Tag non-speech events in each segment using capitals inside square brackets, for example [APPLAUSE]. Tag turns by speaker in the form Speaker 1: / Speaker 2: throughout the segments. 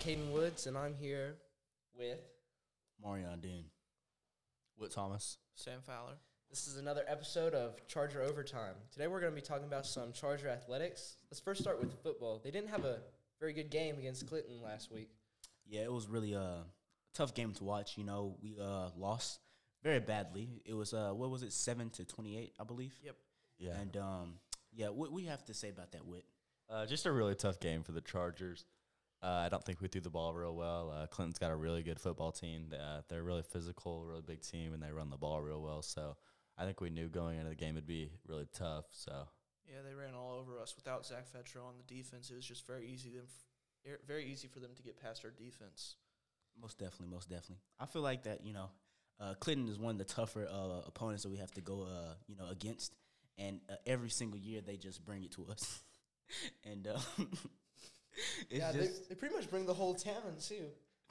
Speaker 1: Caden Woods, and I'm here with.
Speaker 2: Marion Dean. Whit Thomas.
Speaker 3: Sam Fowler.
Speaker 1: This is another episode of Charger Overtime. Today we're going to be talking about some Charger athletics. Let's first start with football. They didn't have a very good game against Clinton last week.
Speaker 2: Yeah, it was really a tough game to watch. You know, we uh, lost very badly. It was uh, what was it, seven to twenty-eight, I believe.
Speaker 3: Yep.
Speaker 4: Yeah.
Speaker 2: And um, yeah, what we have to say about that, Whit?
Speaker 4: Uh, just a really tough game for the Chargers. Uh, I don't think we threw the ball real well. Uh, Clinton's got a really good football team. They, Uh, they're really physical, really big team, and they run the ball real well. So I think we knew going into the game it'd be really tough. So
Speaker 3: Yeah, they ran all over us without Zach Fetro on the defense. It was just very easy them, er, very easy for them to get past our defense.
Speaker 2: Most definitely, most definitely. I feel like that, you know, uh, Clinton is one of the tougher uh, opponents that we have to go, uh, you know, against. And uh, every single year, they just bring it to us. [LAUGHS] and uh, [LAUGHS] it's
Speaker 1: yeah, they,
Speaker 2: just
Speaker 1: they pretty much bring the whole town too.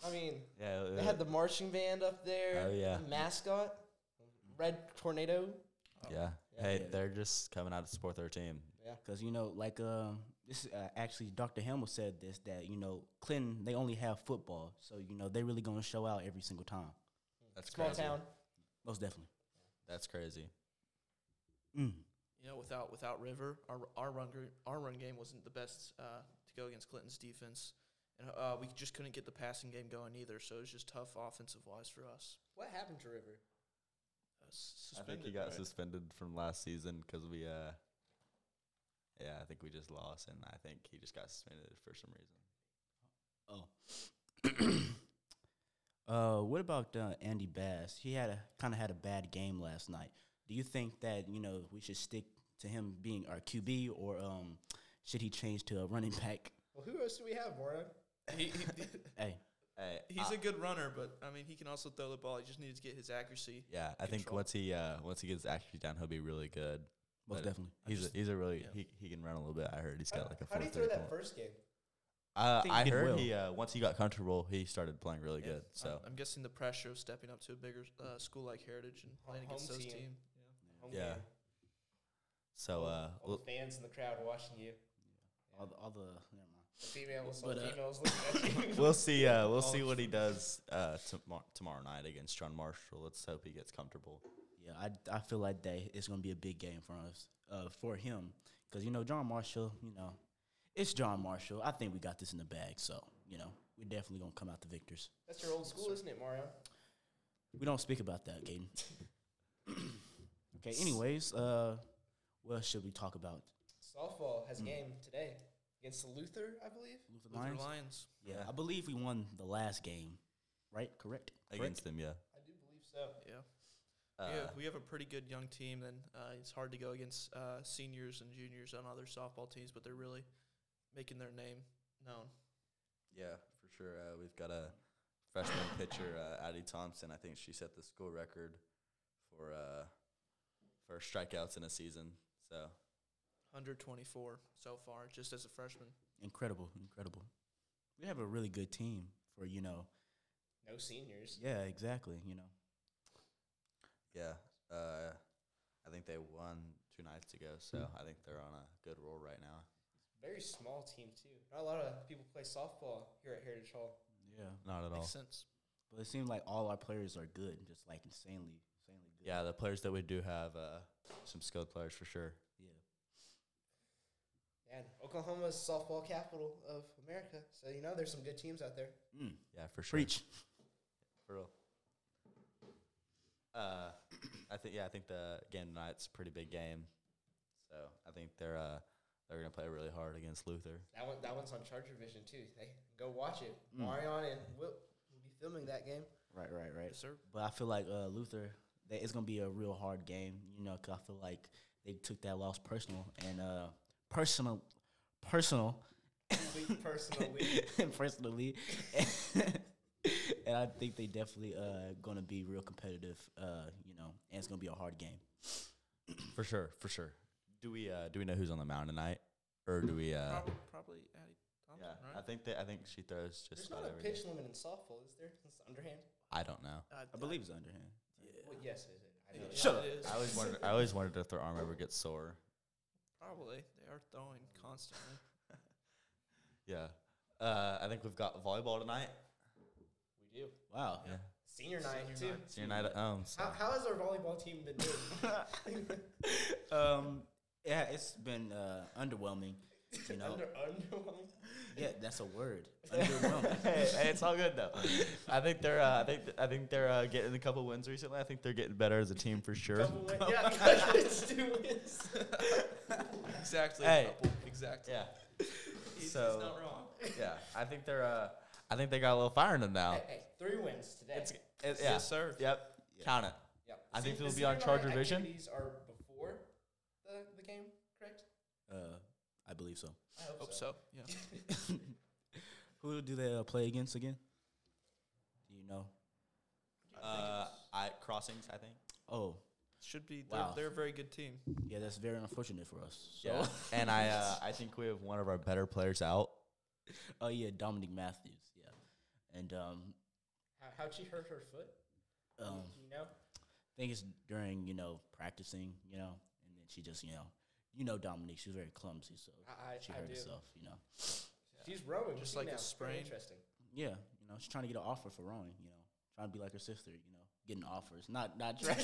Speaker 1: I mean,
Speaker 4: yeah, uh,
Speaker 1: they had the marching band up there.
Speaker 4: Oh, yeah.
Speaker 1: the mascot, red tornado.
Speaker 4: yeah. Hey, they're just coming out to support their team.
Speaker 2: because you know, like uh, this uh, actually, Dr. Hamill said this that you know, Clinton they only have football, so you know they really gonna show out every single time.
Speaker 4: That's
Speaker 1: Small
Speaker 4: crazy.
Speaker 1: town.
Speaker 2: Most definitely.
Speaker 4: That's crazy.
Speaker 2: Mm.
Speaker 3: You know, without without River, our our run gr- our run game wasn't the best uh, to go against Clinton's defense, and uh, we just couldn't get the passing game going either. So it was just tough offensive wise for us.
Speaker 1: What happened to River?
Speaker 3: Uh, s-
Speaker 4: I
Speaker 3: suspended,
Speaker 4: think he got
Speaker 3: right?
Speaker 4: suspended from last season because we. Uh, yeah, I think we just lost, and I think he just got suspended for some reason.
Speaker 2: Oh. uh, what about uh, Andy Bass? He had a kind of had a bad game last night. Do you think that you know we should stick to him being our QB, or um, should he change to a running back? [LAUGHS]
Speaker 1: Well, who else do we have, Warren?
Speaker 3: He- he-
Speaker 4: [LAUGHS]
Speaker 2: Hey,
Speaker 4: Hey,
Speaker 3: he's a good runner, but I mean, he can also throw the ball. He just needs to get his accuracy.
Speaker 4: Yeah, I think
Speaker 3: control.
Speaker 4: once he uh, once he gets actually down, he'll be really good.
Speaker 2: most
Speaker 4: But
Speaker 2: definitely.
Speaker 4: He's a, he's a really
Speaker 3: yeah.
Speaker 4: he, he can run a little bit. I heard he's got like a
Speaker 1: How
Speaker 4: four
Speaker 1: do you throw that first game?
Speaker 4: Uh,
Speaker 2: think he
Speaker 4: I
Speaker 2: did
Speaker 4: heard
Speaker 2: well.
Speaker 4: he uh, once he got comfortable, he started playing really
Speaker 3: Yeah,
Speaker 4: good.
Speaker 3: I'm-
Speaker 4: So
Speaker 3: I'm, guessing the pressure of stepping up to a bigger uh, school like Heritage and playing
Speaker 1: home
Speaker 3: against those
Speaker 1: team.
Speaker 3: team.
Speaker 1: Home
Speaker 4: Yeah.
Speaker 1: game. Oh.
Speaker 4: so uh,
Speaker 1: all the fans in the crowd watching you.
Speaker 2: all the, all the never mind.
Speaker 1: The females,
Speaker 2: But,
Speaker 1: the
Speaker 2: uh,
Speaker 1: females looking at
Speaker 4: [LAUGHS]
Speaker 1: you. [LAUGHS]
Speaker 4: we'll see uh, we'll see what he does uh, tomorrow tomorrow night against John Marshall. Let's hope he gets comfortable.
Speaker 2: Yeah, I, I feel like that it's gonna be a big game for us, uh, for him, because you know John Marshall, you know, it's John Marshall. I think we got this in the bag, so you know we're definitely gonna come out the victors.
Speaker 1: That's your old school, isn't it, Mario?
Speaker 2: We don't speak about that, Caden. [COUGHS] okay. Anyways, uh, what else should we talk about?
Speaker 1: Softball
Speaker 4: Hmm.
Speaker 1: has a game today against the Luther, I believe.
Speaker 2: Luther
Speaker 3: Luther
Speaker 2: Lions.
Speaker 3: Lions.
Speaker 2: Yeah, I believe we won the last game, right? Correct. Correct?
Speaker 4: Against them, yeah.
Speaker 1: I do believe so.
Speaker 3: Yeah.
Speaker 4: Uh,
Speaker 3: yeah, we have a pretty good young team, and uh, it's hard to go against uh, seniors and juniors on other softball teams, but they're really making their name known.
Speaker 4: Yeah, for sure. Uh, we've got a freshman pitcher, uh, Addie Thompson. I think she set the school record for uh, for strikeouts in a season. So
Speaker 3: 124 so far, just as a freshman.
Speaker 2: Incredible, incredible. We have a really good team for you know.
Speaker 1: No seniors.
Speaker 2: Yeah, exactly. You know.
Speaker 4: yeah, uh, I think they won two nights ago. So I think they're on a good roll right now.
Speaker 1: Very small team too. Not a lot of people play softball here at Heritage Hall.
Speaker 2: Yeah.
Speaker 4: Not at all.
Speaker 3: Makes sense.
Speaker 2: But it seems like all our players are good, just like insanely, insanely good.
Speaker 4: Yeah, the players that we do have, uh, some skilled players for sure.
Speaker 2: Yeah.
Speaker 1: And Oklahoma's softball capital of America, so you know there's some good teams out there.
Speaker 2: Mm.
Speaker 4: Yeah, for sure.
Speaker 2: Preach.
Speaker 4: For real. Uh, I think yeah, I think the game tonight's a pretty big game. So I think they're uh, they're gonna play really hard against Luther.
Speaker 1: That one, that one's on Charger Vision too. They go watch it. Marion and Will will be filming that game.
Speaker 2: Right, right, right.
Speaker 3: Yes, sir.
Speaker 2: But I feel like uh, Luther, that it's gonna be a real hard game, you know, 'cause I feel like they took that loss personal and uh, personal, personal, [LAUGHS]
Speaker 1: We personally,
Speaker 2: personally, [LAUGHS] and I think they definitely uh, gonna be real competitive, uh, you know, and it's gonna be a hard game.
Speaker 4: For sure, for sure. Do we uh, do we know who's on the mound tonight, or do we? Uh,
Speaker 3: Prob- probably Addie Thompson,
Speaker 4: yeah, I
Speaker 3: right?
Speaker 4: think that I think she throws just
Speaker 1: there's
Speaker 4: about
Speaker 1: not a
Speaker 4: every
Speaker 1: pitch
Speaker 4: game.
Speaker 1: limit in softball, is there? It's underhand.
Speaker 4: I don't know.
Speaker 3: I,
Speaker 2: I believe it's underhand.
Speaker 1: Well, yes, is it? I know.
Speaker 3: Yeah,
Speaker 1: it.
Speaker 2: Shut
Speaker 3: it is.
Speaker 4: I always wondered. I always wondered if their arm ever gets sore.
Speaker 3: Probably. They are throwing constantly.
Speaker 4: Yeah. Uh, I think we've got volleyball tonight.
Speaker 1: We do.
Speaker 2: Wow.
Speaker 4: Yeah.
Speaker 1: Senior night, too.
Speaker 3: Senior
Speaker 4: Senior night at home. So.
Speaker 1: How, how has our volleyball team been doing?
Speaker 2: Um, yeah, it's been uh, underwhelming.
Speaker 1: [LAUGHS]
Speaker 2: You know,
Speaker 1: Under, underwhelming?
Speaker 2: yeah, that's a word. Underwhelming.
Speaker 4: hey, [LAUGHS] hey, it's all good though. I think they're. Uh, I think. I think they're uh, getting a couple wins recently. I think they're getting better as a team for sure.
Speaker 1: Couple
Speaker 4: [LAUGHS]
Speaker 1: win- yeah, [LAUGHS] let's do this.
Speaker 3: Exactly.
Speaker 4: Hey.
Speaker 3: couple. Exactly.
Speaker 4: Yeah.
Speaker 3: He's- He's,
Speaker 4: So-
Speaker 3: not wrong.
Speaker 4: Yeah. I think they're. Uh, I think they got a little fire in them now.
Speaker 1: Hey, hey, three wins today.
Speaker 4: It's. it- yeah.
Speaker 3: Yes, sir.
Speaker 4: Yep. Count it.
Speaker 1: Yep.
Speaker 4: I think
Speaker 1: the
Speaker 4: it'll be on
Speaker 1: senior night
Speaker 4: Charger Vision.
Speaker 1: activities are before the, the game, correct?
Speaker 2: Uh, I believe so.
Speaker 1: I hope,
Speaker 3: Hope
Speaker 1: so.
Speaker 3: so. Yeah.
Speaker 2: Who do they uh, play against again? Do you know?
Speaker 4: Uh, I crossings. I think.
Speaker 2: Oh,
Speaker 3: Should be. They're,
Speaker 2: Wow.
Speaker 3: they're a very good team.
Speaker 2: yeah, that's very unfortunate for us. So.
Speaker 4: Yeah. and I. Uh, I think we have one of our better players out.
Speaker 2: Oh yeah, Dominic Matthews. Yeah, and um,
Speaker 1: How, how'd she hurt her foot? Do
Speaker 2: um,
Speaker 1: you know?
Speaker 2: I think it's during you know practicing, you know, and then she just you know, you know Dominique, she was very clumsy, so
Speaker 1: I, I,
Speaker 2: she
Speaker 1: I
Speaker 2: hurt
Speaker 1: do.
Speaker 2: herself, you know.
Speaker 1: She's rowing.
Speaker 3: Just
Speaker 1: too
Speaker 3: like a
Speaker 1: now. Very
Speaker 3: sprain.
Speaker 1: Interesting.
Speaker 2: Yeah, you know, she's trying to get an offer for rowing, you know, trying to be like her sister, you know, getting offers, not not [LAUGHS] trying.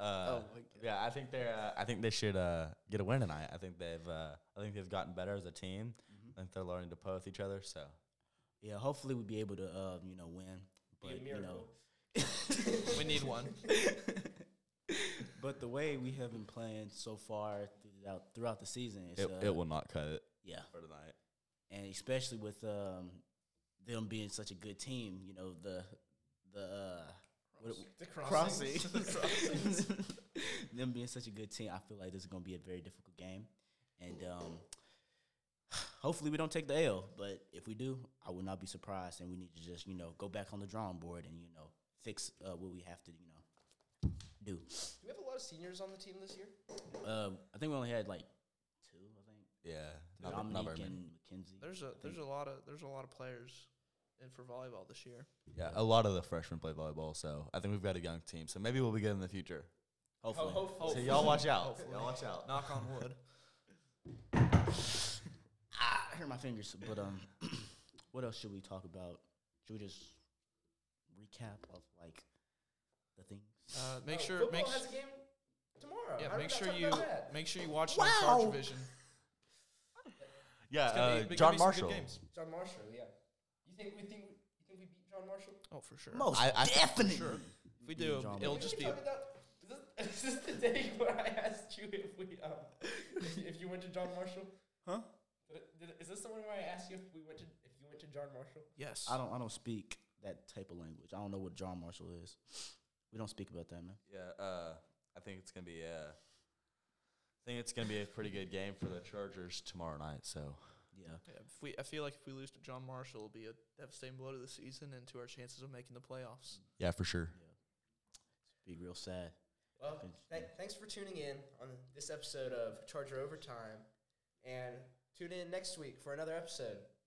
Speaker 1: Oh,
Speaker 4: Uh, yeah, I think they're. Uh, I think they should uh, get a win tonight. I think they've. Uh, I think they've gotten better as a team. I think they're learning to play with each other. So
Speaker 2: yeah, hopefully we'll be able to um, you know win,
Speaker 1: Be a
Speaker 2: but you know,
Speaker 1: miracle.
Speaker 3: we need one.
Speaker 2: but the way we have been playing so far throughout throughout the season, it's,
Speaker 4: it,
Speaker 2: uh,
Speaker 4: it will not cut it
Speaker 2: yeah,
Speaker 4: for tonight.
Speaker 2: and especially with um, them being such a good team, you know the the. Uh, what-
Speaker 1: The
Speaker 2: crossing.
Speaker 1: crossings. [LAUGHS]
Speaker 2: [LAUGHS] Them being such a good team, I feel like this is going to be a very difficult game, and um, [SIGHS] hopefully we don't take the L. But if we do, I will not be surprised, and we need to just you know go back on the drawing board and you know fix uh, what we have to you know do.
Speaker 1: Do we have a lot of seniors on the team this year?
Speaker 2: Uh, I think we only had like two. I think
Speaker 4: Yeah, not, not
Speaker 2: Dominique
Speaker 4: very many.
Speaker 2: and McKenzie.
Speaker 3: There's a there's a lot of there's a lot of players in for volleyball this year.
Speaker 4: Yeah, a lot of the freshmen play volleyball, so I think we've got a young team. So maybe we'll be good in the future.
Speaker 2: Hopefully,
Speaker 1: Ho- hopefully.
Speaker 4: So y'all watch out.
Speaker 3: Hopefully.
Speaker 4: Y'all Oh, watch out.
Speaker 3: Knock on wood.
Speaker 2: ah, I hurt my fingers. But um, [CLEARS THROAT] what else should we talk about? Should we just recap of like the things?
Speaker 3: Uh, make
Speaker 1: Oh,
Speaker 3: sure
Speaker 1: football
Speaker 3: make
Speaker 1: has
Speaker 3: s-
Speaker 1: a game tomorrow.
Speaker 3: yeah
Speaker 1: How
Speaker 3: make
Speaker 1: did we not
Speaker 3: sure
Speaker 1: talk
Speaker 3: you
Speaker 1: about that?
Speaker 3: make sure you watch it on Charger
Speaker 2: Wow.
Speaker 3: Vision.
Speaker 4: Yeah,
Speaker 3: It's gonna be-
Speaker 4: uh,
Speaker 3: gonna be some
Speaker 4: John
Speaker 3: good
Speaker 4: Marshall.
Speaker 3: games.
Speaker 1: John Marshall. Yeah. You think we think you think we beat John Marshall?
Speaker 3: Oh, for sure.
Speaker 2: Most
Speaker 4: I- I-
Speaker 2: definitely.
Speaker 3: Sure. If we
Speaker 2: Beat
Speaker 3: do,
Speaker 2: John
Speaker 3: it'll
Speaker 1: We
Speaker 3: just
Speaker 1: should
Speaker 3: be
Speaker 1: talk about- is this- [LAUGHS] Is this the day where I asked you if we um if you went to John Marshall?
Speaker 2: Huh?
Speaker 1: Did it- did it- Is this the one where I asked you if we went to if you went to John Marshall?
Speaker 3: yes.
Speaker 2: I don't. I don't speak that type of language. I don't know what John Marshall is. We don't speak about that, man.
Speaker 4: Yeah, uh, I think it's gonna be. Uh, I think it's gonna be a pretty good game for the Chargers tomorrow night. So
Speaker 2: Yeah.
Speaker 3: Yeah, if we I feel like if we lose to John Marshall, it'll be a devastating blow to the season and to our chances of making the playoffs.
Speaker 4: yeah, for sure.
Speaker 2: Be real sad.
Speaker 1: Well, th- thanks for tuning in on this episode of Charger Overtime, and tune in next week for another episode.